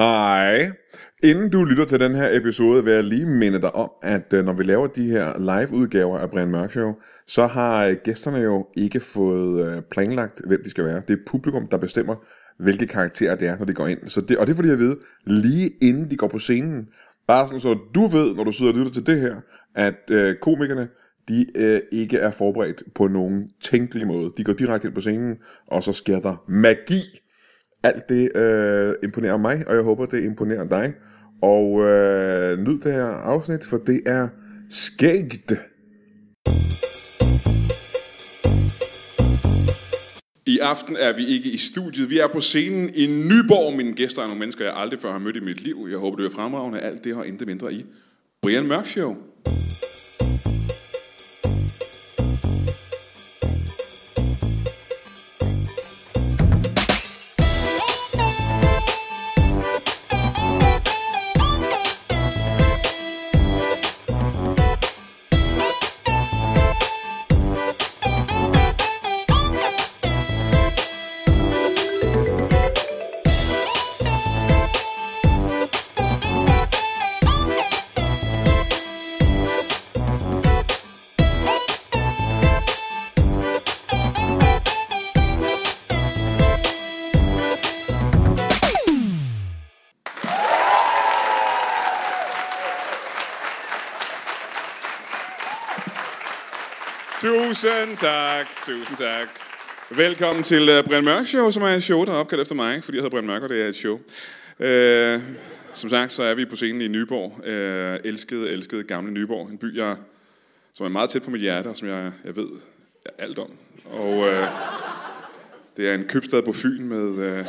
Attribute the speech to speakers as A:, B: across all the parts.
A: Hej. Inden du lytter til den her episode, vil jeg lige minde dig om, at øh, når vi laver de her live-udgaver af Brian Mørk Show, så har øh, gæsterne jo ikke fået øh, planlagt, hvem de skal være. Det er publikum, der bestemmer, hvilke karakterer det er, når de går ind. Så det, og det får de at vide, lige inden de går på scenen. Bare sådan, så du ved, når du sidder og lytter til det her, at øh, komikerne, de øh, ikke er forberedt på nogen tænkelig måde. De går direkte ind på scenen, og så sker der magi. Alt det øh, imponerer mig, og jeg håber, det imponerer dig. Og øh, nyd det her afsnit, for det er skægt. I aften er vi ikke i studiet. Vi er på scenen i Nyborg. Mine gæster er nogle mennesker, jeg aldrig før har mødt i mit liv. Jeg håber, det bliver fremragende. Alt det har intet mindre i Brian Mørk Show. Tusind tak, tusind tak. Velkommen til uh, Brian Mørk Show, som er et show, der er opkaldt efter mig, fordi jeg hedder Brian Mørk, og det er et show. Uh, som sagt, så er vi på scenen i Nyborg. Uh, elskede, elskede gamle Nyborg. En by, jeg, som er meget tæt på mit hjerte, og som jeg, jeg ved jeg alt om. Og uh, det er en købstad på Fyn med uh,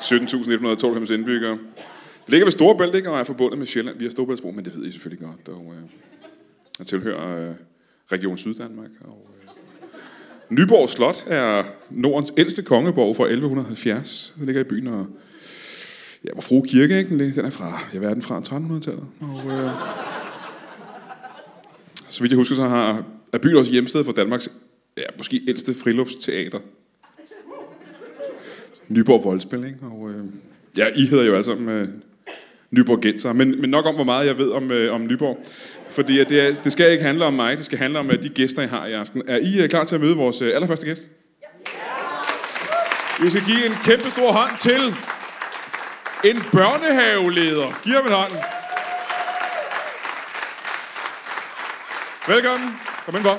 A: 17.192 indbyggere. Det ligger ved Storebælt, ikke? Og er forbundet med Sjælland via Storebæltsbro, men det ved I selvfølgelig godt. Og, uh, jeg tilhører... Uh, Region Syddanmark. Og, øh, Nyborg Slot er Nordens ældste kongeborg fra 1170. Den ligger i byen, og ja, hvor fru kirke, ikke? Den lig- Den er fra, ja, hvad er den fra? 1300-tallet. Og, øh, så vidt jeg husker, så har, er byen også hjemsted for Danmarks ja, måske ældste friluftsteater. Nyborg Voldspil, ikke? Og, øh, ja, I hedder jo alle sammen øh, Nyborgenser. Men, men nok om, hvor meget jeg ved om, øh, om Nyborg. Fordi at det, er, det skal ikke handle om mig, det skal handle om øh, de gæster, jeg har i aften. Er I øh, klar til at møde vores øh, allerførste gæst? Vi skal give en kæmpe stor hånd til en børnehaveleder. Giv ham en hånd. Velkommen. Kom ind på.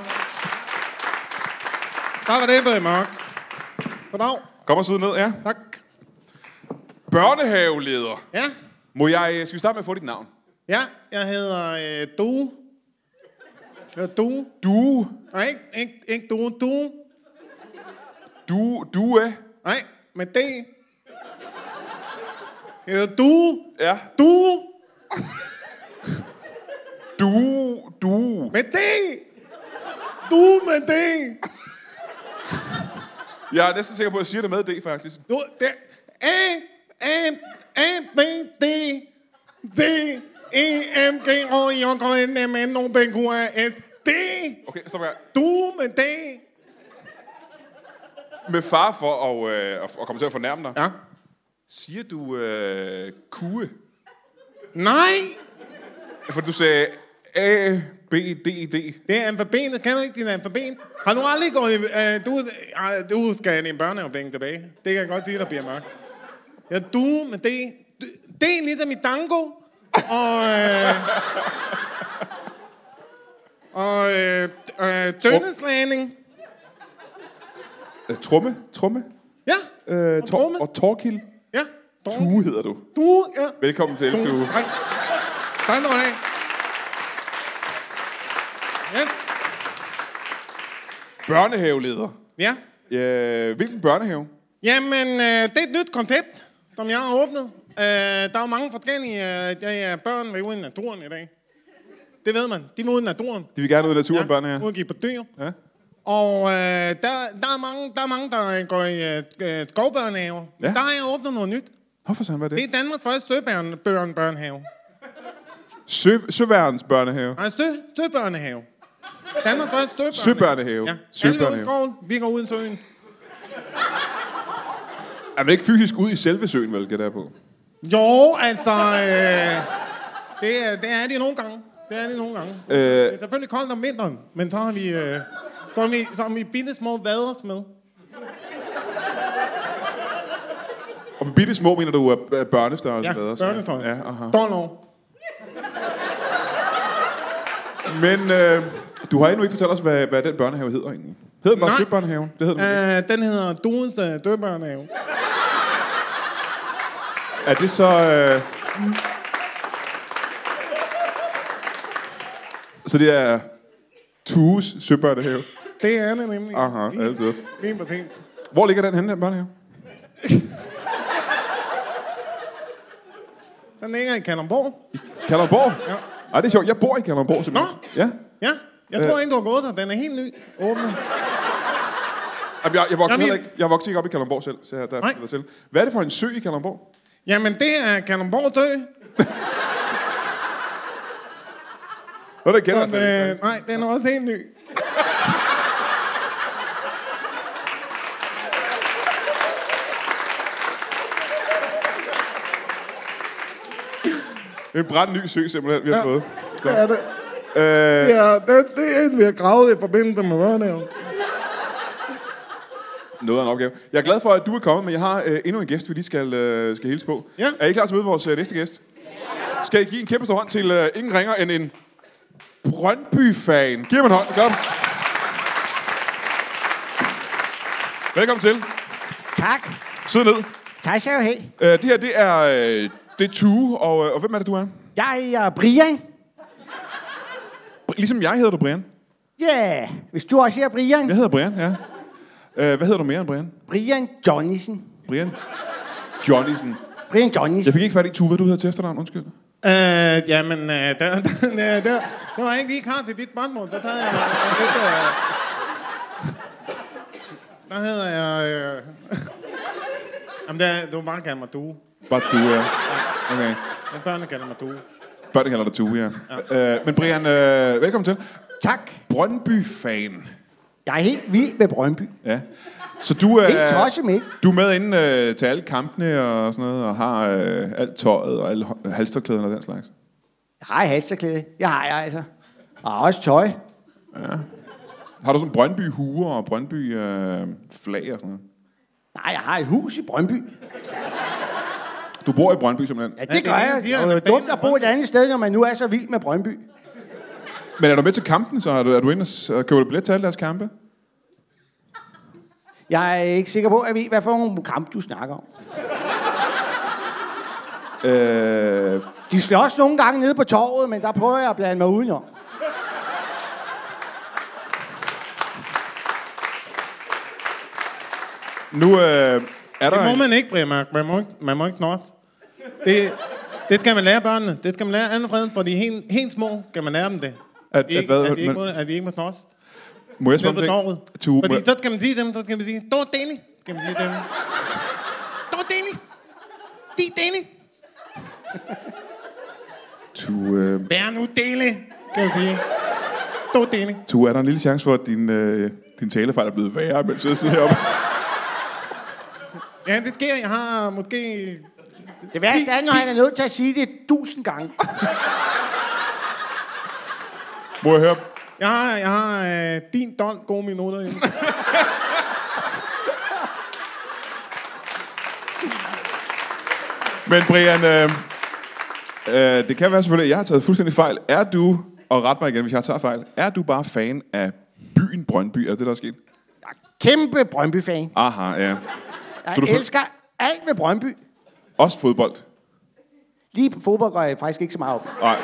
B: Tak for det, Brian Mørk. Goddag.
A: Kom og sidde ned, ja.
B: Tak.
A: Børnehaveleder.
B: Ja,
A: Må jeg, øh, skal vi starte med at få dit navn?
B: ja jeg hedder øh, Due. Jeg hedder Due.
A: Du,
B: Nej, ikke, ikke, ikke Due. Due.
A: du, du øh, er.
B: Nej, med D. Jeg hedder Due.
A: Ja.
B: Due.
A: Du, du.
B: Med D. Due med D.
A: Jeg er næsten sikker på, at jeg siger det med D, faktisk.
B: Du, det, A, A, A, B, D, D, E, M, G, O, I, O, K, N, M, N, O, P, Q, R, S, D.
A: Okay, stop her.
B: Du med D.
A: Med far for at, øh, at- at komme til at fornærme dig.
B: Ja.
A: Siger du øh, kue?
B: Nej!
A: For du sagde A, B, D, E, D.
B: Det er alfabetet. Kan du ikke din alfabet? Har du aldrig gået i... Øh, du, øh, du skal have din børneafdeling tilbage. Det kan jeg godt sige, der bliver mørkt. Ja, du med det... du- Det er ligesom i tango. Og... Øh, og øh, øh, tøndeslæning.
A: Øh, trumme? Trumme?
B: Ja.
A: Øh,
B: og tromme.
A: og Torkil?
B: Ja. Du.
A: Tue hedder du.
B: Du, ja.
A: Velkommen til
B: Du.
A: Eltue.
B: Tak. Tak, du have. Ja.
A: Børnehaveleder.
B: Ja.
A: Øh, hvilken børnehave?
B: Jamen, øh, det er et nyt koncept, som jeg har åbnet. Øh, der er jo mange forskellige øh, ja, ja, børn, der er ude i naturen i dag. Det ved man. De er ude i naturen.
A: De vil gerne ud i naturen, ja. børnehave.
B: ude at give på dyr.
A: Ja.
B: Og øh, der, der, er mange, der er mange, der går i øh, øh, skovbørnehaver.
A: Ja.
B: Ja. Der har jeg åbnet noget nyt.
A: Hvorfor sådan var
B: Det
A: det?
B: er Danmarks første søbørnebørnehave.
A: Sø, Søværens børnehave.
B: Nej, sø, søbørnehave. Danmarks første søbørnehave.
A: Søbørnehave.
B: Ja. Søbørnehave. Alle
A: Søbørnehave.
B: går ud i skoven, vi går ud i søen.
A: Er man ikke fysisk ud i selve søen, vel, gætter jeg på?
B: Jo, altså... Øh, det, er- det er det nogle gange. Det er det nogle gange. Øh. Det er selvfølgelig koldt om vinteren, men så har vi... Øh, så har vi, så har vi bitte små vaders med.
A: Og med bitte små mener du er børnestørrelse?
B: Ja,
A: hvad også?
B: børnetøj.
A: Ja, aha.
B: 12 år.
A: Men øh, du har endnu ikke fortalt os, hvad, hvad den børnehave hedder egentlig. Hedder den bare
B: Nej.
A: Søbørnehaven? Det hedder den ikke.
B: Øh, den hedder Duens øh, Døbørnehave.
A: Er det så... Øh... Så det er Tues Søbørnehave?
B: Det er det nemlig.
A: Aha, altså.
B: Lige-
A: altid også.
B: Lige præcis.
A: Hvor ligger den henne, den børnehave?
B: Den ligger i Kalundborg.
A: Kalundborg?
B: Ja.
A: Ej, det er sjovt. Jeg bor i Kalundborg simpelthen.
B: Nå.
A: Ja.
B: Ja, jeg tror ikke, du har gået der. Den er helt ny. Åbnet.
A: Jamen, jeg, jeg, voksede
B: Jamen,
A: heller ikke, jeg voksede ikke op i Kalundborg selv, så jeg, der
B: Nej.
A: er jeg selv. Hvad er det for en sø i Kalundborg?
B: Jamen, det er Kalundborg Dø.
A: Nå, det kender jeg
B: Men,
A: slet ikke.
B: øh, nej, den er også helt ny.
A: En brandny sø simpelthen, vi har
B: Ja.
A: fået.
B: Det er det.
A: Øh,
B: Ja, det, det er en, vi har gravet i forbindelse med børnehaven.
A: Noget af en opgave. Jeg er glad for, at du er kommet, men jeg har øh, endnu en gæst, vi lige skal, øh, skal hilse på.
B: Ja.
A: Er I klar til at møde vores øh, næste gæst? Skal I give en kæmpe stor hånd til øh, ingen ringer end en Brøndby-fan? Giv ham en hånd. Kom. Velkommen til.
C: Tak.
A: Sid ned.
C: Tak skal du have.
A: Øh, det her, det er, øh, det er Tue, og, øh, og hvem er det, du er?
C: Jeg er Brian.
A: Br- Ligesom jeg hedder du Brian.
C: Ja, yeah. hvis du også siger Brian.
A: Jeg hedder Brian, ja. Øh, hvad hedder du mere end Brian?
C: Brian Johnnisen.
A: Brian Johnnisen.
C: Brian Johnnisen.
A: Jeg fik ikke fat i Tue, hvad du hedder til efternavn, undskyld.
B: Øh, jamen, øh, der, der, der, der, det var ikke lige klar til dit spørgsmål. Der tager jeg... øh, lidt, øh, der hedder jeg... Øh, jamen, der, du må bare kalde mig du.
A: Bare Tue, ja. Okay.
B: Men børnene kalder mig du.
A: Børnene kalder dig Tue, ja. ja. Øh, men Brian, øh, velkommen til.
C: Tak.
A: Brøndby-fan.
C: Jeg er helt vild med Brøndby.
A: Ja. Så du er,
C: Helt tosset med.
A: du er med inde øh, til alle kampene og sådan noget, og har øh, alt tøjet og alle hå- halstørklæderne og den slags.
C: Jeg har et halsterklæde. Jeg har jeg altså. Og også tøj.
A: Har du sådan Brøndby-huer og Brøndby-flag og sådan noget?
C: Nej, jeg har et hus i Brøndby.
A: Du bor i Brøndby simpelthen.
C: Ja,
B: Ja, det
C: det gør
B: er
C: jeg.
B: det, de
C: Det
B: har
C: er jo
B: en bane
C: dumt at bo et andet sted, når man nu er så vild med Brøndby.
A: Men er du med til kampen, så er du, er du inde og s- og køber du billet til alle deres kampe?
C: Jeg er ikke sikker på, at vi hvad for nogle kamp, du snakker om.
A: Øh,
C: De slås nogle gange nede på torvet, men der prøver jeg at blande mig udenom.
A: nu øh, er der...
B: Det må
A: en-
B: man ikke, Brian Mørk. Man må ikke, man må ikke not. Det, det skal man lære børnene. Det skal man lære allerede, for de er helt, helt små. Skal man lære dem det.
A: At- at
B: de ikke,
A: hvad?
B: at de ikke,
A: Men-
B: må, at de ikke må snot.
A: Må jeg
B: Ned
A: spørge
B: på
A: om en
B: torvet.
A: ting? Tue, må,
B: Fordi så skal man sige dem, så skal man sige, du er Danny. Skal man sige dem. Du er Danny. De er Danny.
A: Tue, øh,
B: Vær nu Danny, skal man sige. Du er Danny.
A: Du er der en lille chance for, at din, øh, din talefejl er blevet værre, mens jeg sidder heroppe?
B: Ja, det sker. Jeg har måske
C: Det værste er, når han er nødt til at sige det tusind gange.
A: Må jeg høre?
B: Jeg har, jeg har øh, din don gode minutter hjemme.
A: Men Brian, øh, øh, det kan være selvfølgelig, at jeg har taget fuldstændig fejl. Er du, og ret mig igen, hvis jeg tager fejl, er du bare fan af byen Brøndby? Er det det, der er sket?
C: Jeg er kæmpe Brøndby-fan.
A: Aha, ja. Så
C: Jeg
A: du får-
C: elsker alt med Brøndby.
A: Også fodbold?
C: Lige på fodbold går jeg faktisk ikke så meget op.
A: Nej.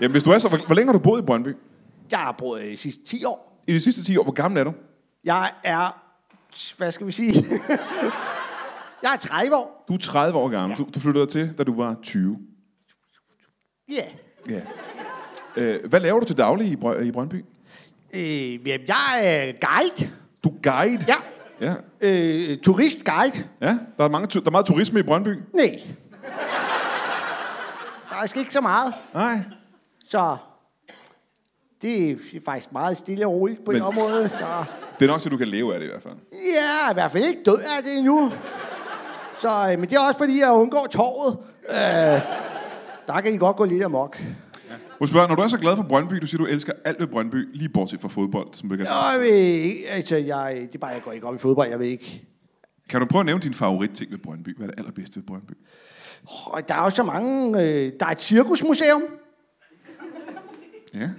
A: Jamen, hvis du er så... Hvor, hvor længe har du boet i Brøndby?
C: Jeg har boet øh, de sidste 10 år.
A: I de sidste 10 år, hvor gammel er du?
C: Jeg er, hvad skal vi sige? jeg er 30 år.
A: Du er 30 år gammel. Du, du flyttede til, da du var 20.
C: Ja.
A: Ja. Øh, hvad laver du til daglig i, Brø- i Brøndby?
C: Øh, jamen, jeg er guide.
A: Du er guide?
C: Ja.
A: Ja.
C: Øh, turistguide.
A: Ja, der er, mange, tu- der er meget turisme i Brøndby.
C: Nej. Faktisk ikke så meget.
A: Nej.
C: Så det er faktisk meget stille og roligt på
A: Men-
C: et område. Så
A: Det er nok så du kan leve af det i hvert fald.
C: ja, i hvert fald ikke død af det endnu. Så, øh, men det er også fordi, jeg undgår torvet. Øh, der kan I godt gå lidt amok.
D: Må jeg spørge, når du er så glad for Brøndby, du siger, du elsker alt ved Brøndby, lige bortset fra fodbold, som du ikke er.
C: Og jeg ved ikke, altså, jeg, det er bare, jeg går ikke op i fodbold, jeg ved ikke.
D: Kan du prøve at nævne din favoritting ved Brøndby? Hvad er det allerbedste ved Brøndby?
C: Og der er jo så mange... Øh, der er et cirkusmuseum
D: Ja.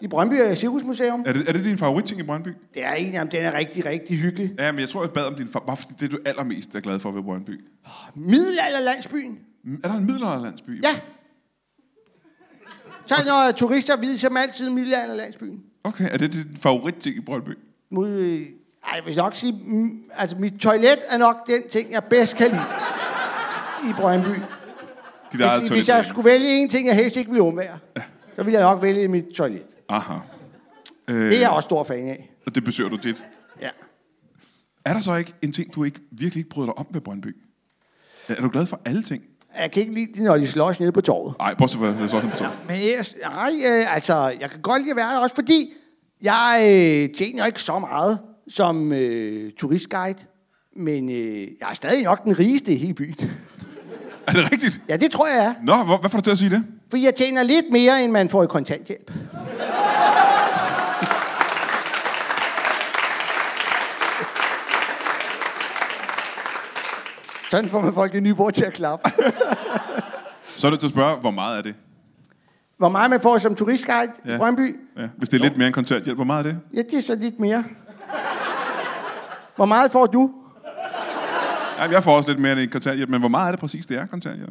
C: i Brøndby, er et cirkusmuseum.
D: Er det, er det din favoritting i Brøndby?
C: Det er en, jamen, den er rigtig, rigtig hyggelig.
D: Ja, men jeg tror, jeg bad om din... fa- Hvad for det, du allermest er glad for ved Brøndby? Mm,
C: Middelalderlandsbyen.
D: Er der en middelalderlandsby?
C: Ja. Så når turister viser dem altid middelalderlandsbyen.
D: Okay, er det din favoritting i Brøndby?
C: Mod, øh, ej, jeg vil nok sige, mm, altså mit toilet er nok den ting, jeg bedst kan lide i Brøndby.
D: Dit
C: Hvis, hvis jeg skulle vælge en ting, jeg helst ikke ville undvære, så ville jeg nok vælge mit toilet.
D: Aha.
C: Det er jeg også stor fan af.
D: Og det besøger du dit.
C: Ja.
D: Er der så ikke en ting, du ikke virkelig ikke bryder dig om ved Brøndby? Er er du glad for alle ting?
C: Jeg kan ikke lide det, når de slås nede på torvet.
D: Nej, bortset fra det er sådan på toget.
C: Men ellers, nej, øh, altså, jeg kan godt lide at være der, også fordi jeg øh, tjener ikke så meget som øh, turistguide, men øh, jeg er stadig nok den rigeste i hele byen.
D: Er det rigtigt?
C: ja, det tror jeg jeg er.
D: Nå, hvor, hvad får du til at sige det?
C: Fordi jeg tjener lidt mere, end man får i kontanthjælp. Sådan får man folk i Nyborg til at klappe.
D: Så er det til at spørge, hvor meget er det?
C: Hvor meget man får som turistguide ja.
D: Ja.
C: i Brøndby,
D: Ja, hvis det er lidt mere end kontanthjælp, hvor meget er det?
C: ja, det er så lidt mere. Hvor meget får du?
D: Ej, jeg får også lidt mere end kontanthjælp, men hvor meget er det præcis, det er kontanthjælp?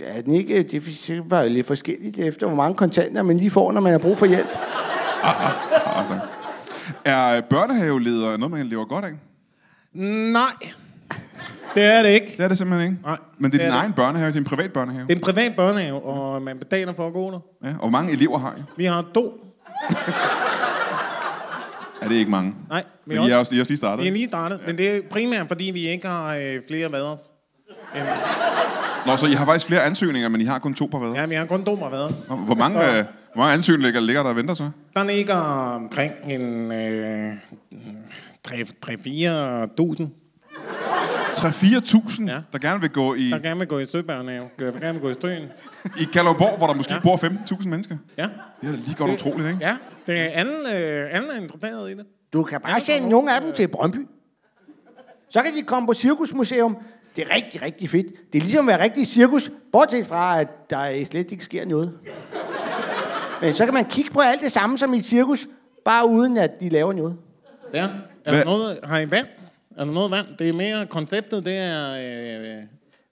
C: Ja, den ikke, det var jo lidt forskelligt efter, hvor mange kontanter man lige får, når man har brug for hjælp.
D: Altså. Er børnehaveleder noget, man lever godt af?
B: Nej, det er det ikke.
D: Det er det simpelthen ikke.
B: Nej,
D: Men det
B: det er
D: er din
B: det.
D: egen børnehave, det er en privat børnehave.
B: Det er en privat børnehave, og man betaler for at gå der.
D: Ja, og hvor mange elever har I?
B: Vi har to.
D: Er det ikke mange?
B: Nej, vi
D: Men I
B: er, også,
D: er også, I er også lige startet.
B: vi er lige startet, men det er primært, fordi vi ikke har øh, flere vaders. End,
D: Nå, så I har faktisk flere ansøgninger, men I har kun to par hvad?
B: ja, vi har kun to vaders.
D: Nå, Hvor mange, øh, hvor mange ansøgninger ligger der og venter så?
B: Der ligger omkring en øh, 3-4.000,
D: 3-4.000, ja.
B: Ja.
D: der gerne vil gå i,
B: der gerne vil gå i søbørnehave, der gerne vil gå i strøen.
D: i Kalundborg, hvor der måske ja.
B: Ja.
D: bor 15.000 mennesker.
B: Ja,
D: Det er da lige godt utroligt, ikke?
B: ja. Det er alle, øh, alle er interesseret i det.
C: Du kan bare sende nogle af dem til Brøndby. Så kan de komme på Cirkusmuseum. Det er rigtig, rigtig fedt. Det er ligesom at være rigtig cirkus, bortset fra, at der slet ikke sker noget. Men så kan man kigge på alt det samme som i et cirkus, bare uden at de laver noget.
B: Ja. Er
D: Hvad-
B: der noget, har I vand? Er der noget vand? Det er mere konceptet, det er... Øh, øh,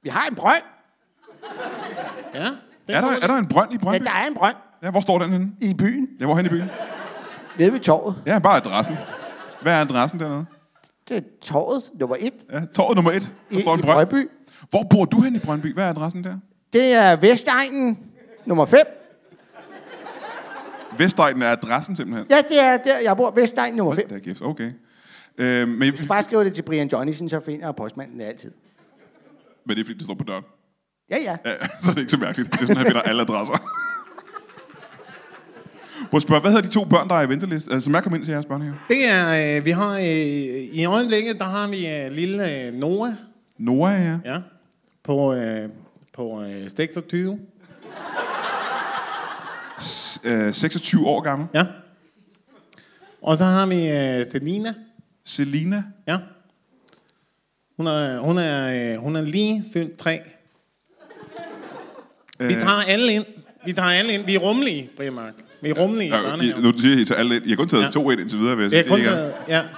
C: Vi har en brønd.
B: ja. Det
D: Er, der, er der en brønd i
C: Ja,
D: Brøndby?
C: der er en brønd
D: Ja, hvor står den henne?
C: i byen,
D: Ja, hvor hen i byen?
C: nede ved torvet.
D: Ja, bare adressen. Hvad er adressen dernede?
C: Det er torvet nummer et
D: Ja, torvet nummer et. Der
C: i,
D: står
C: i
D: en brønd.
C: Brøndby.
D: Hvor bor du hen i Brøndby? Hvad er adressen der?
C: Det er Vestegnen nummer 5.
D: Vestegnen er adressen simpelthen.
C: Ja, det er der, jeg bor. Vestegnen nummer 5.
D: Der gives, okay. Øh, men, men
C: Bare skriv det til Brian Johnson, så finder postmanden det altid.
D: det er fordi, det står på døren.
C: Ja, ja.
D: Ja, så er det ikke så mærkeligt. Det er sådan, han finder alle adresser. Må jeg spørge, hvad hedder de to børn, der er i venteliste? Altså, som jeg kom ind til jeres børnehave?
B: Det er, øh, vi har, øh, i øjeblikket, der har vi øh, lille øh, Noah,
D: Nora, ja.
B: ja, på, øh, på øh, 26.
D: S- øh, 26 år gammel.
B: Ja. Og så har vi øh, Selina,
D: Selina.
B: ja. Hun er, hun er, øh, hun er lige fyldt tre. Vi
D: Øh,
B: tager alle ind. Vi tager alle ind. Vi er rummelige, Brimark. Vi er rummelige i
D: Ja, I,
B: børnehaven.
D: nu siger I så alle ind. I har kun taget ja.
B: Ja.
D: to ind indtil videre, vil jeg
B: Det
D: sige.
B: er kun,
D: Det er
B: øh, ja,
D: ikke-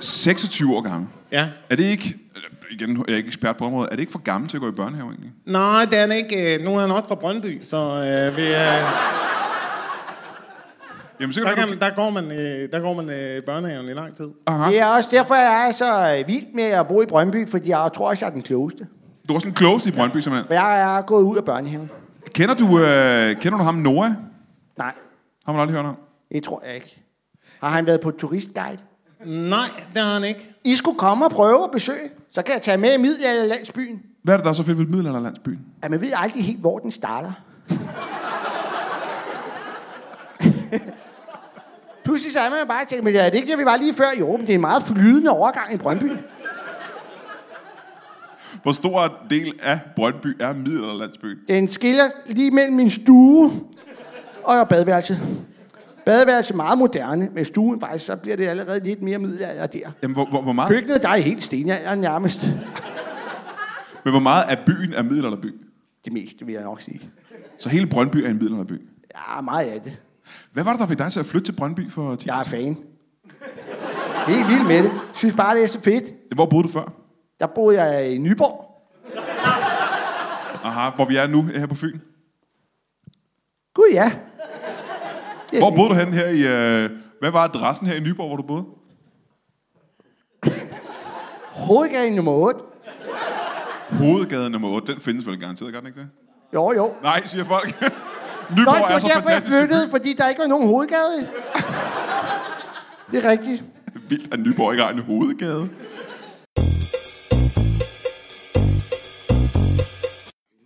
D: 26 år gammel.
B: ja.
D: Er det ikke, eller, igen, jeg er ikke ekspert på området, er det ikke for gammel til at gå i børnehave egentlig?
B: Nej, det er han ikke. Øh, Nu er han også fra Brøndby, så øh, vi, øh,
D: Jamen, så
B: der,
D: kan,
B: kan,
D: du...
B: der går man, øh, der går man øh, i børnehaven i lang tid.
D: Aha.
C: Det er også derfor, jeg er så øh, vild med at bo i Brøndby, fordi jeg tror også, jeg er den klogeste.
D: Du var sådan en klogeste i Brøndby, simpelthen.
C: For jeg er gået ud af børnehaven.
D: Kender du, øh, kender du ham, Noah?
C: Nej,
D: Har man aldrig hørt om?
C: det tror jeg ikke. Har han været på turistguide?
B: Nej, det har han ikke.
C: I skulle komme og prøve at besøge, så kan jeg tage med i middelalderlandsbyen.
D: Hvad er det, der er så fedt ved middelalderlandsbyen?
C: At man ved aldrig helt, hvor den starter. Pludselig så er man bare og tænker, men er det ikke det, vi var lige før? Jo, men det er en meget flydende overgang i Brøndby.
D: Hvor stor del af Brøndby er middelalderlandsbyen?
C: Den skiller lige mellem min stue og badeværelset. Badeværelset er meget moderne, men stuen faktisk, så bliver det allerede lidt mere middelalder der.
D: Jamen, hvor, hvor, hvor, meget,
C: Køkkenet, der er helt stenalder nærmest.
D: men hvor meget af byen er middelalderby?
C: Det meste, vil jeg nok sige.
D: Så hele Brøndby er en middelalderby.
C: Ja, meget af det.
D: Hvad var det, der fik dig til at flytte til Brøndby for 10
C: Jeg er fan. Helt vild med det. Synes bare, det er så fedt.
D: Hvor boede du før?
C: Der boede jeg i Nyborg.
D: Aha, hvor vi er nu her på Fyn.
C: Gud ja. Det er
D: Hvor
C: det.
D: boede du hen her i... Øh, hvad var adressen her i Nyborg, hvor du boede?
C: Hovedgade nummer 8.
D: Hovedgade nummer 8, den findes vel garanteret, gør den ikke det?
C: Jo, jo.
D: Nej, siger folk.
C: Nå,
D: Nyborg
C: det
D: er
C: var
D: så
C: derfor, jeg
D: fantastisk. en by.
C: flyttede, fordi der ikke var nogen hovedgade. Det er rigtigt.
D: Vildt, at Nyborg ikke har en hovedgade.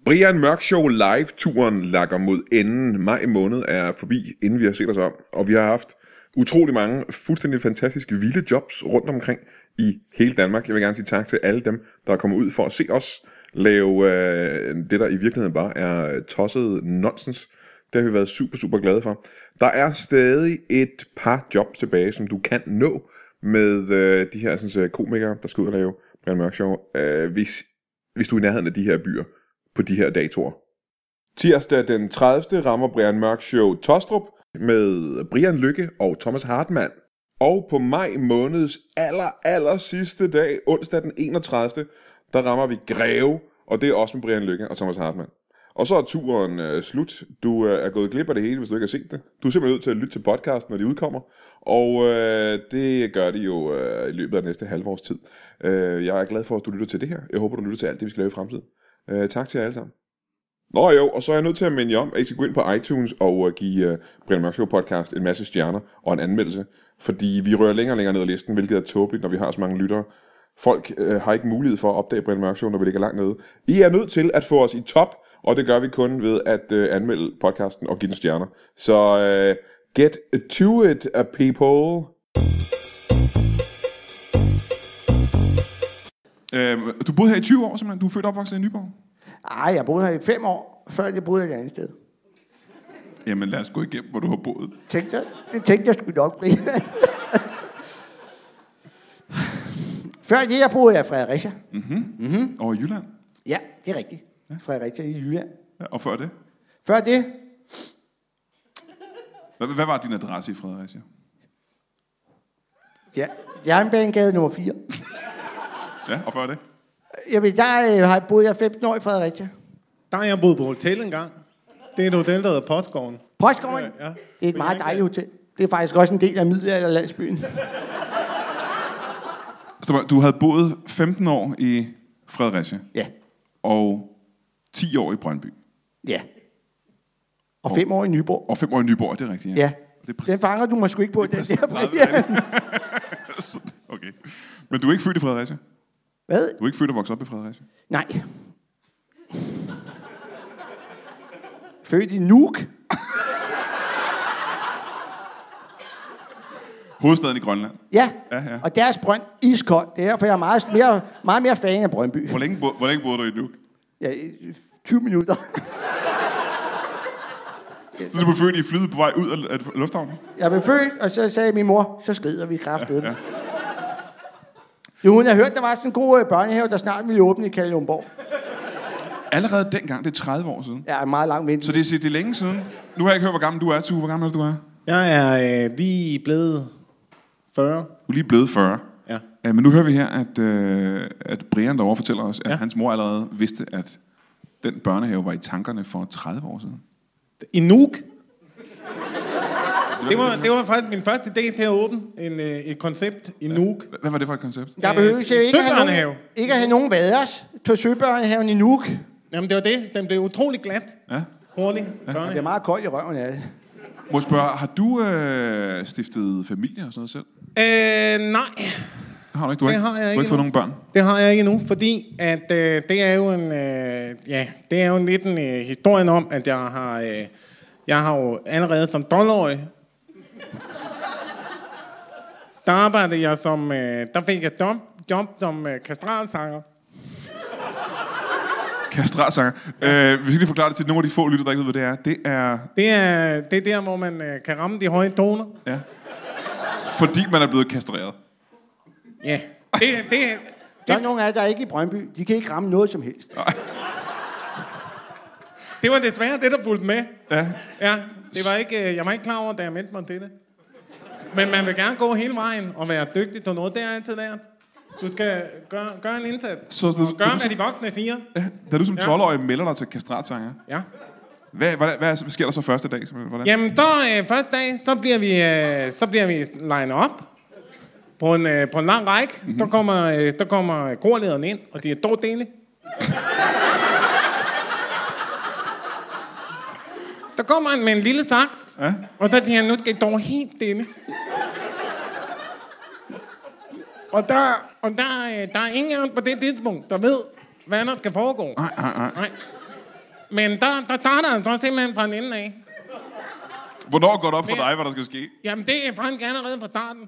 A: Brian Mørk Show live-turen lakker mod enden. Maj måned er forbi, inden vi har set os om. Og vi har haft utrolig mange fuldstændig fantastiske vilde jobs rundt omkring i hele Danmark. Jeg vil gerne sige tak til alle dem, der er kommet ud for at se os lave øh, det, der i virkeligheden bare er tosset nonsens. Det har vi været super, super glade for. Der er stadig et par jobs tilbage, som du kan nå med øh, de her sådan, så komikere, der skal ud og lave Brian Mørk Show. Øh, hvis hvis du er i nærheden af de her byer på de her datoer. Tirsdag den 30. rammer Brian Mørk Show Tostrup med Brian Lykke og Thomas Hartmann. Og på maj måneds aller, aller sidste dag, onsdag den 31., der rammer vi Greve, og det er også med Brian Lykke og Thomas Hartmann. Og så er turen øh, slut. Du øh, er gået glip af det hele, hvis du ikke har set det. Du er simpelthen nødt til at lytte til podcasten, når de udkommer. Og øh, det gør de jo øh, i løbet af det næste halve års tid. Øh, jeg er glad for, at du lytter til det her. Jeg håber, du lytter til alt det, vi skal lave i fremtiden. Øh, tak til jer alle sammen. Nå jo, og så er jeg nødt til at minde jer om, at I skal gå ind på iTunes og øh, give øh, Brian Mørk Show Podcast en masse stjerner og en anmeldelse. Fordi vi rører længere og længere ned ad listen, hvilket er tåbeligt, når vi har så mange lyttere. Folk øh, har ikke mulighed for at opdage Brian Mørk Show, når vi ligger langt nede. I er nødt til at få os i top, og det gør vi kun ved at øh, anmelde podcasten og give den stjerner. Så øh, get to it, uh, people!
D: Øh, du boede her i 20 år, simpelthen. Du er født og opvokset i Nyborg.
C: Ej, jeg boede her i fem år, før jeg boede et andet sted.
D: Jamen, lad os gå igennem, hvor du har boet.
C: Tænkte, jeg- det tænkte jeg sgu nok, Brian. Før det, jeg boede jeg i Fredericia.
D: Mm. Over i Jylland.
C: Ja, det er rigtigt. Fredericia i Jylland.
D: Ja, og før det?
C: Før det,
D: Hvad, hvad var din adresse i Fredericia?
C: ja, Jernbanegade nummer 4.
D: Ja, og før det?
C: Jamen, der øh, har jeg boet jeg 15 år i Fredericia.
B: Der har jeg boet på hotel engang. Det er et hotel, der hedder Postgården.
C: Postgården,
B: Ja, ja.
C: det er et meget dejligt hotel. Det er faktisk også en del af middelalderlandsbyen.
D: Stop, mig. Altså, du havde boet 15 år i Fredericia
C: Ja,
D: og 10 år i Brøndby.
C: ja. Og fem år i Nyborg.
D: Og 5 år i Nyborg, det er rigtigt.
C: Ja,
D: Det er
C: den
D: præcis
C: fanger du måske ikke på. Den
D: præcis
C: der,
D: 30
C: Brian.
D: Okay. Men du er ikke født i Fredericia?
C: Hvad?
D: Du er ikke født og vokset op i Fredericia?
C: Nej. Født i Nuuk.
D: Hovedstaden i Grønland.
C: Ja.
D: Ja, ja.
C: og deres brønd iskold. Det er derfor, jeg er meget mere, meget mere fan af Brøndby.
D: Hvor længe, bo, hvor længe boede du i Nuuk?
C: Ja, i 20 minutter.
D: Så du blev født i flyet på vej ud af af lufthavnen?
C: Jeg blev født, og så sagde min mor, så skrider vi kraftedet. Ja, Jo, hun har hørt, der var sådan en god øh, børnehave, der snart ville åbne i Kalundborg.
D: Allerede dengang, det er 30 år siden.
C: Ja, en meget lang vinter.
D: Så det er, det er længe siden. Nu har jeg ikke hørt, hvor gammel du er, Tue. Hvor gammel er du, du er?
B: Jeg er øh, lige blevet 40.
D: Du er lige blevet 40.
B: Ja.
D: Ja, men nu hører vi her, at, øh, at Brian derovre fortæller os, at ja. hans mor allerede vidste, at den børnehave var i tankerne for 30 år siden.
B: I Nuuk. Det var, det var faktisk min første idé til at åbne en, øh, et koncept i Nuuk.
D: Hva- Hvad var det for et koncept?
C: Der behøves jo ikke at have nogen,
B: søbørnehave.
C: ikke at have nogen vaders til søbørnehaven i Nuuk.
B: Jamen, det var det. Den blev utrolig glat.
D: Ja.
B: Hurtigt.
C: Det er
B: Børne.
C: meget koldt i røven af det.
D: Må jeg spørge, har du øh, stiftet familie og sådan noget selv?
B: Øh, nej,
D: Det har du ikke. Du har
B: Det
D: ikke,
B: har jeg
D: du
B: ikke
D: ikke fået nogen
B: endnu.
D: børn.
B: det har jeg ikke endnu, fordi at, øh, det er jo en, øh, ja, det er jo lidt en øh, historien om, at jeg har, øh, jeg har jo allerede som 12-årig, der arbejdede jeg som, øh, der fik jeg job, job som øh, kastralsanger.
D: Kastralsanger. Øh, hvis vi lige forklare det til nogle af de få lytter, der ikke ved, hvad det er. Det er,
B: Det er, det er der, hvor man øh, kan ramme de høje toner.
D: ja, fordi man er blevet kastreret.
B: Ja. Det, det,
C: Der er
B: det,
C: nogle af jer, der er ikke i Brøndby. De kan ikke ramme noget som helst.
B: det var desværre det, der fulgte med.
D: Ja.
B: Ja, det var ikke, øh, jeg var ikke klar over, da jeg meldte mig til det. Men man vil gerne gå hele vejen og være dygtig til noget. Det er altid lært. Du skal gøre, gøre en indsats.
D: Så du-
B: Gør,
D: du-
B: hvad de voksne siger.
D: Da du som 12-årig melder dig til kastratsanger,
B: Ja.
D: hvad, hvad, hvad, hvad sker der så første dag? Hvordan?
B: Jamen, så øh, første dag, så bliver vi, øh, så bliver vi line op på en, øh, på en lang række.
D: Mhm.
B: Mm-hmm. Der kommer, øh, der kommer korlederen ind, og de er dog dele. der kommer han med en lille saks,
D: Ja.
B: og der bliver han nu skal I dog helt dele. Og der, og der, øh, der er ingen af os på det tidspunkt, der ved, hvad der skal foregå.
D: Nej, nej, nej.
B: Nej. Men der, der starter han så simpelthen fra en ende af.
D: Hvornår går det op for
B: Men-
D: dig, hvad der skal ske?
B: Jamen, det er Frank allerede fra starten.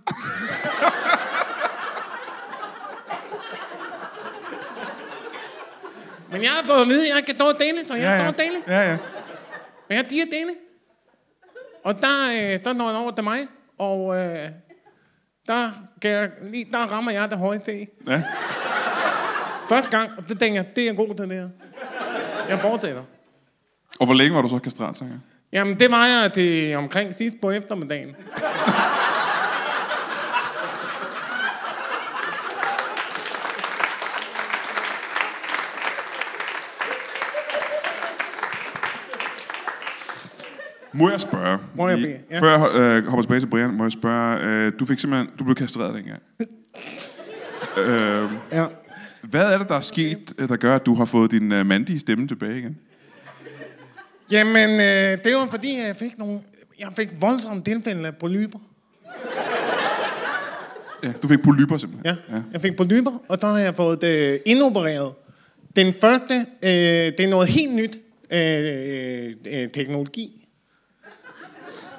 B: Men jeg har fået at vide, at jeg kan dog dele, så jeg ja, ja. dog dele.
D: ja, ja.
B: Men jeg diger dele. Og der, øh, der når han over til mig, og øh, der, kan jeg, lige, der rammer jeg det høje til.
D: ja.
B: Første gang, og det tænker jeg, det er god til det her. Jeg fortsætter.
D: Og hvor længe var du så kastratsanger?
B: Jamen, det var jeg til omkring sidst på eftermiddagen.
D: Må jeg spørge?
B: Må jeg
D: lige-
B: bede, ja.
D: Før jeg ho- øh, hopper tilbage til Brian, må jeg spørge, øh, du fik simpelthen, du blev kastreret dengang. øh,
B: Ja.
D: hvad er det, der er sket, øh, der gør, at du har fået din øh, mandige stemme tilbage igen?
B: Jamen, øh, det var fordi, jeg fik nogle... Jeg fik voldsomme tilfælde af polyper.
D: Ja, du fik polyper simpelthen.
B: Ja. ja. Jeg fik polyper, og der har jeg fået det øh, indopereret. Den første, øh, det er noget helt nyt øh, øh, øh, teknologi,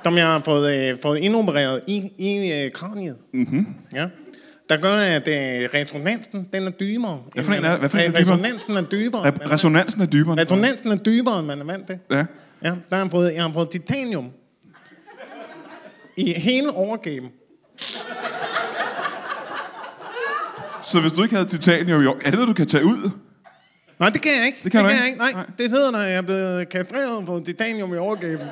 B: som jeg har fået, øh, fået indopereret i, i øh, kraniet. Mm-hmm. Ja. Der gør, at øh, resonansen den er dybere.
D: Hvad for en
B: end
D: er-
B: man-
D: hvad for en er dybere?
B: Resonansen er dybere. end man-
D: Re- resonansen er dybere. end-
B: Resonansen er dybere, end man er vant til.
D: Ja.
B: Ja, der har jeg fået, jeg har fået titanium. I hele overgaven.
D: Så hvis du ikke havde titanium i år, er det noget, du kan tage ud?
B: Nej, det kan jeg ikke.
D: Det kan du
B: jeg
D: ikke?
B: Nej,
D: Nej.
B: Nej, det hedder, når jeg er blevet kastreret for titanium i overgaven.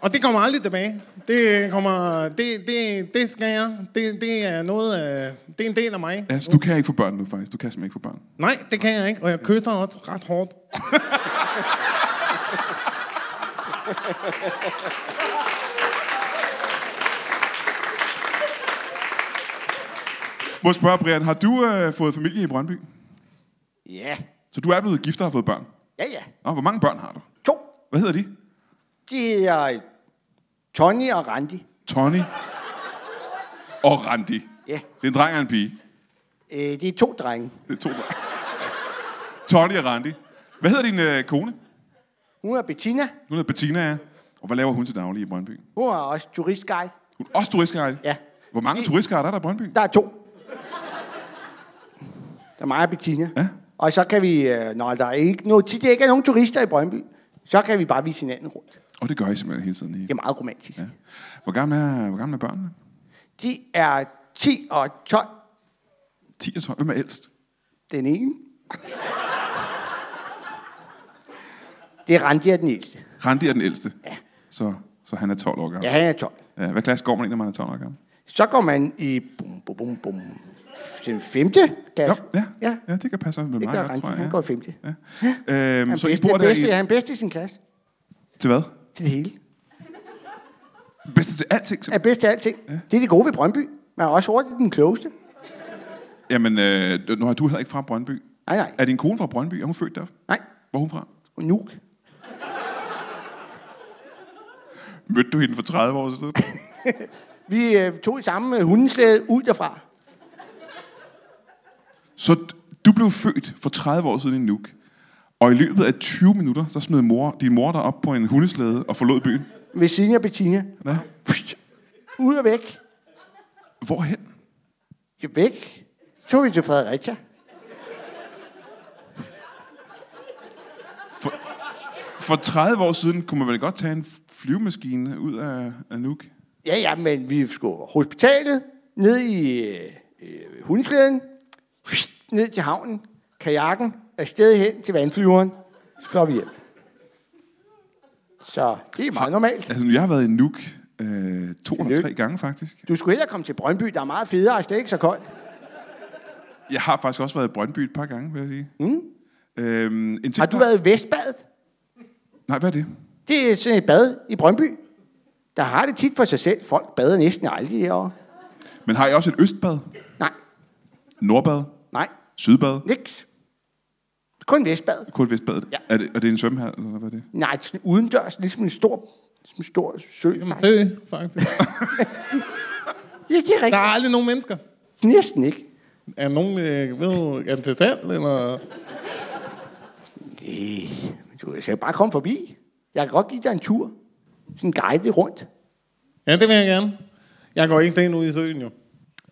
B: Og det kommer aldrig tilbage. Det kommer... Det, det, det skal jeg. Det, det er noget af... Det er en del af mig.
D: Ja, så du kan ikke få børn nu, faktisk. Du kan simpelthen ikke få børn.
B: Nej, det kan jeg ikke, og jeg kysser også ret hårdt.
D: Må jeg spørge, Brian, har du øh, fået familie i Brøndby?
C: Ja.
D: Så du er blevet gift og har fået børn.
C: Ja, ja.
D: Nå, hvor mange børn har du?
C: To.
D: Hvad hedder de?
C: De hedder Tony og Randi.
D: Tony og Randi.
C: Ja.
D: Det er en dreng og en pige.
C: Øh, de er to drenge.
D: Det er to drenge. Tony og Randi. Hvad hedder din øh, kone?
C: Hun er Bettina.
D: Hun hedder Bettina, ja. Og hvad laver hun til daglig i Brøndby?
C: Hun er også turistguide.
D: Hun er også turistguide.
C: Ja.
D: Hvor mange
C: De-
D: turistguider er der i Brøndby?
C: Der er to. Der er mig og Bettina.
D: Ja.
C: Og så kan vi, øh, når der ikke, når tit ikke er nogen turister i Brøndby, så kan vi bare vise hinanden rundt.
D: Og det gør I simpelthen hele tiden. I.
C: Det er meget romantisk. Ja.
D: Ja. Hvor, gamle er, hvor gamle er børnene?
C: De er 10 og 12,
D: 10 og 12. Hvem er ældst?
C: den ene. det er Randi er den ældste.
D: Randi er den ældste. Ja. Så, så han er 12 år gammel.
C: Ja, han er 12.
D: Ja, hvad klasse går man i, når man er 12 år gammel?
C: Så går man i bum, bum, bum, bum, den femte
D: Ja,
C: klasse.
D: ja,
C: ja.
D: ja det kan passe med
C: Det
D: mig
C: gør
D: godt,
C: Randi.
D: tror jeg.
C: Han
D: ja.
C: går i femte.
D: Ja. Øhm,
C: Han,
D: så
C: så
D: I
C: bedste,
D: bor
C: den
D: der
C: bedste,
D: i...
C: han er bedst i sin klasse.
D: Til hvad?
C: Til det hele.
D: Bedste til alting, simpelthen.
C: Er bedst til alting. Ja. Det er det gode ved Brøndby. Man er også hurtigt den klogeste.
D: Jamen, øh, nu er du heller ikke fra Brøndby.
C: Nej, nej.
D: Er din kone fra Brøndby? Er hun født der?
C: Nej,
D: Hvor er hun fra?
C: Nuk.
D: Mødte du hende for 30 år siden?
C: Vi øh, tog i samme øh, hundeslæde ud derfra.
D: så d- du blev født for 30 år siden i Nuuk. Og i løbet af 20 minutter, så smed mor, din mor dig op på en hundeslæde og forlod byen.
C: Ved siden af Bettina.
D: Ja.
C: Ud og væk.
D: Hvorhen?
C: Ja, væk. Så tog vi til Fredericia.
D: for 30 år siden kunne man vel godt tage en flyvemaskine ud af, af Nuuk?
C: Ja, ja, men vi skulle over hospitalet, ned i øh, øh, hundklæden, ned til havnen, kajakken, afsted hen til vandflyveren, så flår vi hjem. Så det er meget normalt.
D: Altså, jeg har været i Nuuk øh, to eller tre gange, faktisk.
C: Du skulle hellere komme til Brøndby, der er meget federe, og det er ikke så koldt.
D: Jeg har faktisk også været i Brøndby et par gange, vil jeg sige. Mm. Øhm, indtil-
C: Har du været i Vestbadet?
D: Nej, hvad er det?
C: Det er sådan et bad i Brøndby. Der har det tit for sig selv. Folk bader næsten aldrig herovre.
D: Men har I også et østbad,
C: Nej,
D: nordbad,
C: nej,
D: sydbad?
C: niks. Kun Vestbadet.
D: Kun vestbadet?
C: Ja.
D: Er, det, er det en svømmehal, eller hvad er det?
C: Nej, det er sådan udendørs, ligesom en stor, som en stor sø. faktisk.
B: Dø, faktisk.
C: Ja, det er
B: Der
C: rigtigt.
B: er aldrig nogen mennesker.
C: Næsten ikke.
B: Er nogen, øh, ved, er den til salg, eller...
C: Nej, Øh, men du skal bare komme forbi. Jeg kan godt give dig en tur. Sådan en guide rundt.
B: Ja, det vil jeg gerne. Jeg går ikke sten ud i søen, jo.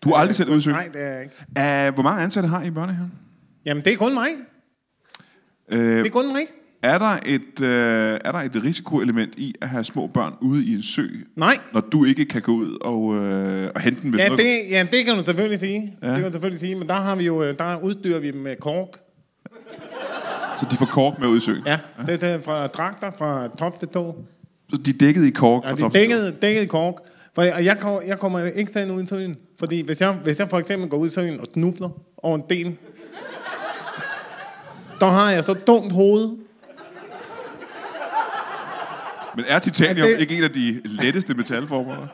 D: Du har aldrig selv udsøgt?
B: Nej, det er jeg ikke.
D: Uh, hvor mange ansatte har I i børnehaven?
B: Jamen, det er kun mig.
D: Uh,
B: Det er kun mig.
D: er, der et, uh, er der et risikoelement i at have små børn ude i en sø?
B: Nej.
D: Når du ikke kan gå ud og, uh, og hente dem? hvis
B: Ja
D: noget-
B: det, ja, det kan du selvfølgelig sige. Ja. Det kan du selvfølgelig sige, men der har vi jo, øh, der udstyrer vi dem med kork.
D: Så de får kork med ud i søen?
B: Ja, ja. det er fra dragter fra top til tå. Altså,
D: Så de er dækket i kork?
B: Ja,
D: fra
B: det er
D: top til tå?
B: dækket, dækket i kork. For, og jeg, kommer- jeg kommer ikke sådan ud i søen. Fordi hvis jeg, hvis jeg for eksempel går ud i søen og knubler over en del, der har jeg så dumt hoved.
D: Men er titanium
B: Ja, det-
D: ikke en af de letteste metalformer?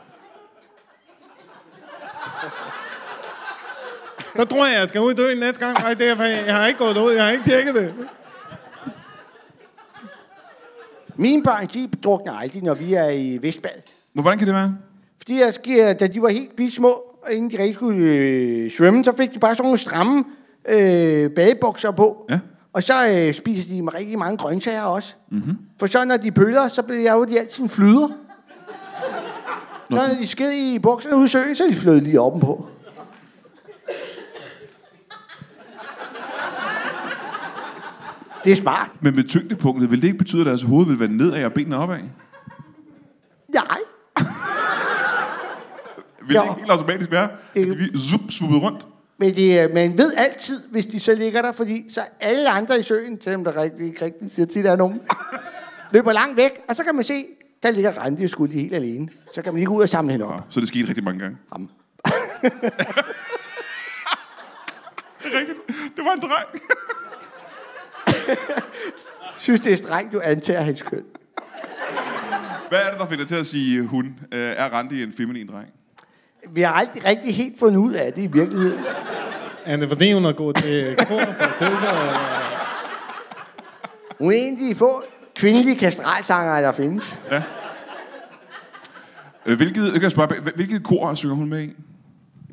B: Så tror jeg, jeg skal ud i søen næste gang. Nej, det er, jeg har ikke gået ud. Jeg har ikke tjekket det.
C: Mine børn, de drukner aldrig, når vi er i Vestbadet.
D: Men Hvordan kan det være?
C: Fordi jeg sker, da de var helt bitte små, og inden de rigtig skulle øh, svømme, så fik de bare sådan nogle stramme øh, badebukser på.
D: Ja.
C: Og så øh, spiser de med rigtig mange grøntsager også. Mm-hmm. For så når de pøller, så bliver jeg jo de altid en flyder. Så når de sked i bukserne ude i søen, så er de flød lige ovenpå. på. Det er smart.
D: Men med tyngdepunktet, vil det ikke betyde, at deres hoved vil være nedad og benene opad?
C: Nej.
D: Vil det
C: Jo.
D: ikke helt automatisk være, at de vi- zup, svuppede rundt?
C: Men det, er- man ved altid, hvis de så ligger der, fordi så alle andre i søen, selvom der rigtig, ikke rigtig siger tit, der er nogen, løber langt væk, og så kan man se, der ligger Randi sgu lige helt alene. Så kan man lige gå ud og samle hende op.
D: Så er det skete rigtig mange gange.
C: Ham.
D: Det er rigtigt. Det var en dreng.
C: Synes, det er strengt, du antager hans køn.
D: Hvad er det, der fik dig til at sige hun? Øh, er Randi en feminin dreng?
C: Vi har aldrig rigtig helt fundet ud af det i virkeligheden.
B: Er det fordi, hun har gået til kor på tøvler?
C: Hun er en af de få kvindelige kastralsangere, der findes.
D: Øh, Hvilket, jeg kan spørge, hvil- hvilket kor synger hun med i?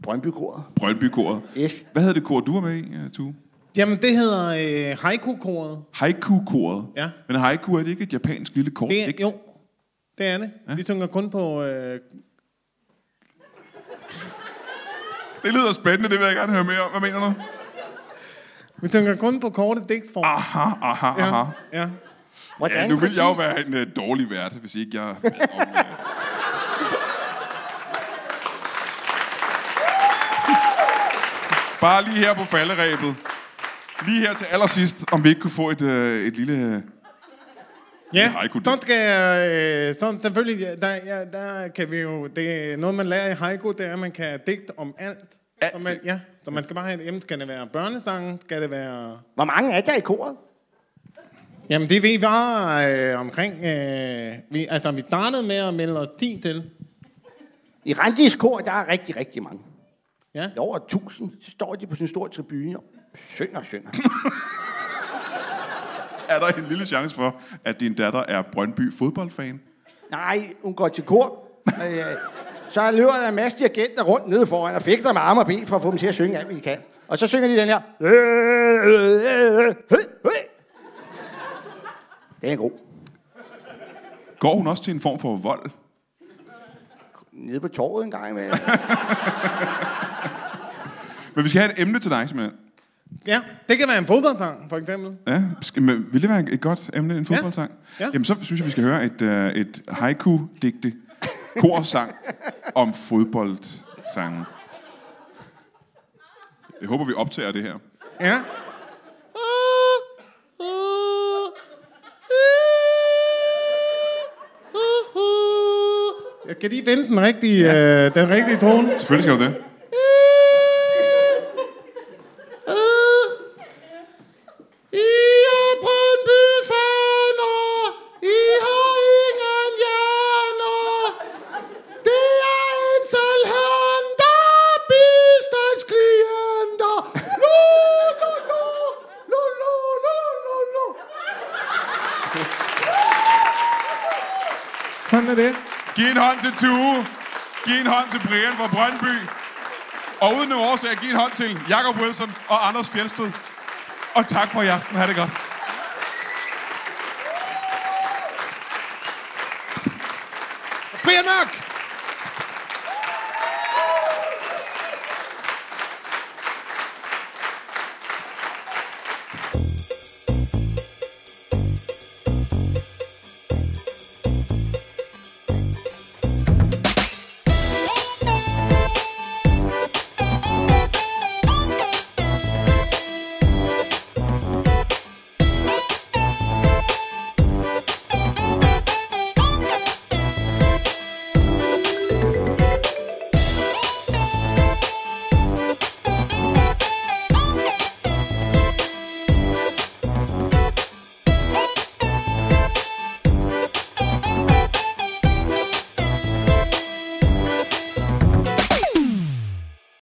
C: Brøndbykoret.
D: Brøndby-koret.
C: Yes.
D: Hvad hedder det kor, du var med i, øh, Tue?
B: Jamen, det hedder øh, haiku-koret.
D: Haiku-koret.
B: Ja.
D: Men haiku, er det ikke et japansk lille kort
B: Det er,
D: digt?
B: jo, det er det. Ja. Vi synger kun på... Øh,
D: Det lyder spændende, det vil jeg gerne høre mere om. Hvad mener du?
B: vi synger kun på korte digtform.
D: Aha, aha,
B: ja.
D: aha.
B: ja.
C: Hvordan
D: Ja, nu vil
C: præcis-
D: jeg jo være en øh, dårlig vært, hvis ikke jeg... Om, øh, Bare lige her på falderæbet. Lige her til allersidst, om vi ikke kunne få et, øh, et lille... øh,
B: Ja,
D: haiku digt.
B: sådan skal jeg... Øh, sådan, selvfølgelig, ja, der, ja, der kan vi jo... Det er noget, man lærer i haiku, det er, at man kan digte om alt.
D: Alt.
B: Så man, ja, så man skal bare have et emne. Skal det være børnesange? Skal det være...
C: Hvor mange er der i koret?
B: Jamen, det vi var øh, omkring... Øh, vi, altså, vi startede med at melde os 10 til.
C: I Randis kor, der er rigtig, rigtig mange.
B: Ja.
C: Over tusind, så står de på sådan en stor tribune og synger og synger.
D: Er der en lille chance for, at din datter er Brøndby fodboldfan?
C: Nej, hun går til kor. Øh, så løber der en masse dirigenter rundt nede foran og fægter med arme og ben for at få dem til at synge alt, hvad de kan. Og så synger de den her. Øh, Den øh, er god.
D: Går hun også til en form for vold?
C: Nede på torvet en gang imellem.
D: Men vi skal have et emne til dig, simpelthen.
B: Ja, det kan være en fodboldsang, for eksempel.
D: Ja, sk- men vil det være et godt emne, en fodboldsang?
B: Ja.
D: Jamen, så synes jeg, vi skal høre et, øh, et haiku-digte korsang om fodboldsangen. Jeg håber, vi optager det her.
B: Ja. Jeg kan lige vente den rigtige, ja. øh, den rigtige tone.
D: Selvfølgelig skal du det.
B: I er Brøndby faner, I har ingen hjerner. Det er en selvhandler, bistandsklienter. Lo, lo, lo, lo, lo, lo, lo, lo. Sådan er det.
D: Giv en hånd til Tue. Giv en hånd til Brian fra Brøndby. Og uden nogen årsag, giv en hånd til Jakob Wilson og Anders Fjelsted. Og tak for i aften. Ha' det godt.
B: Brian Mørk!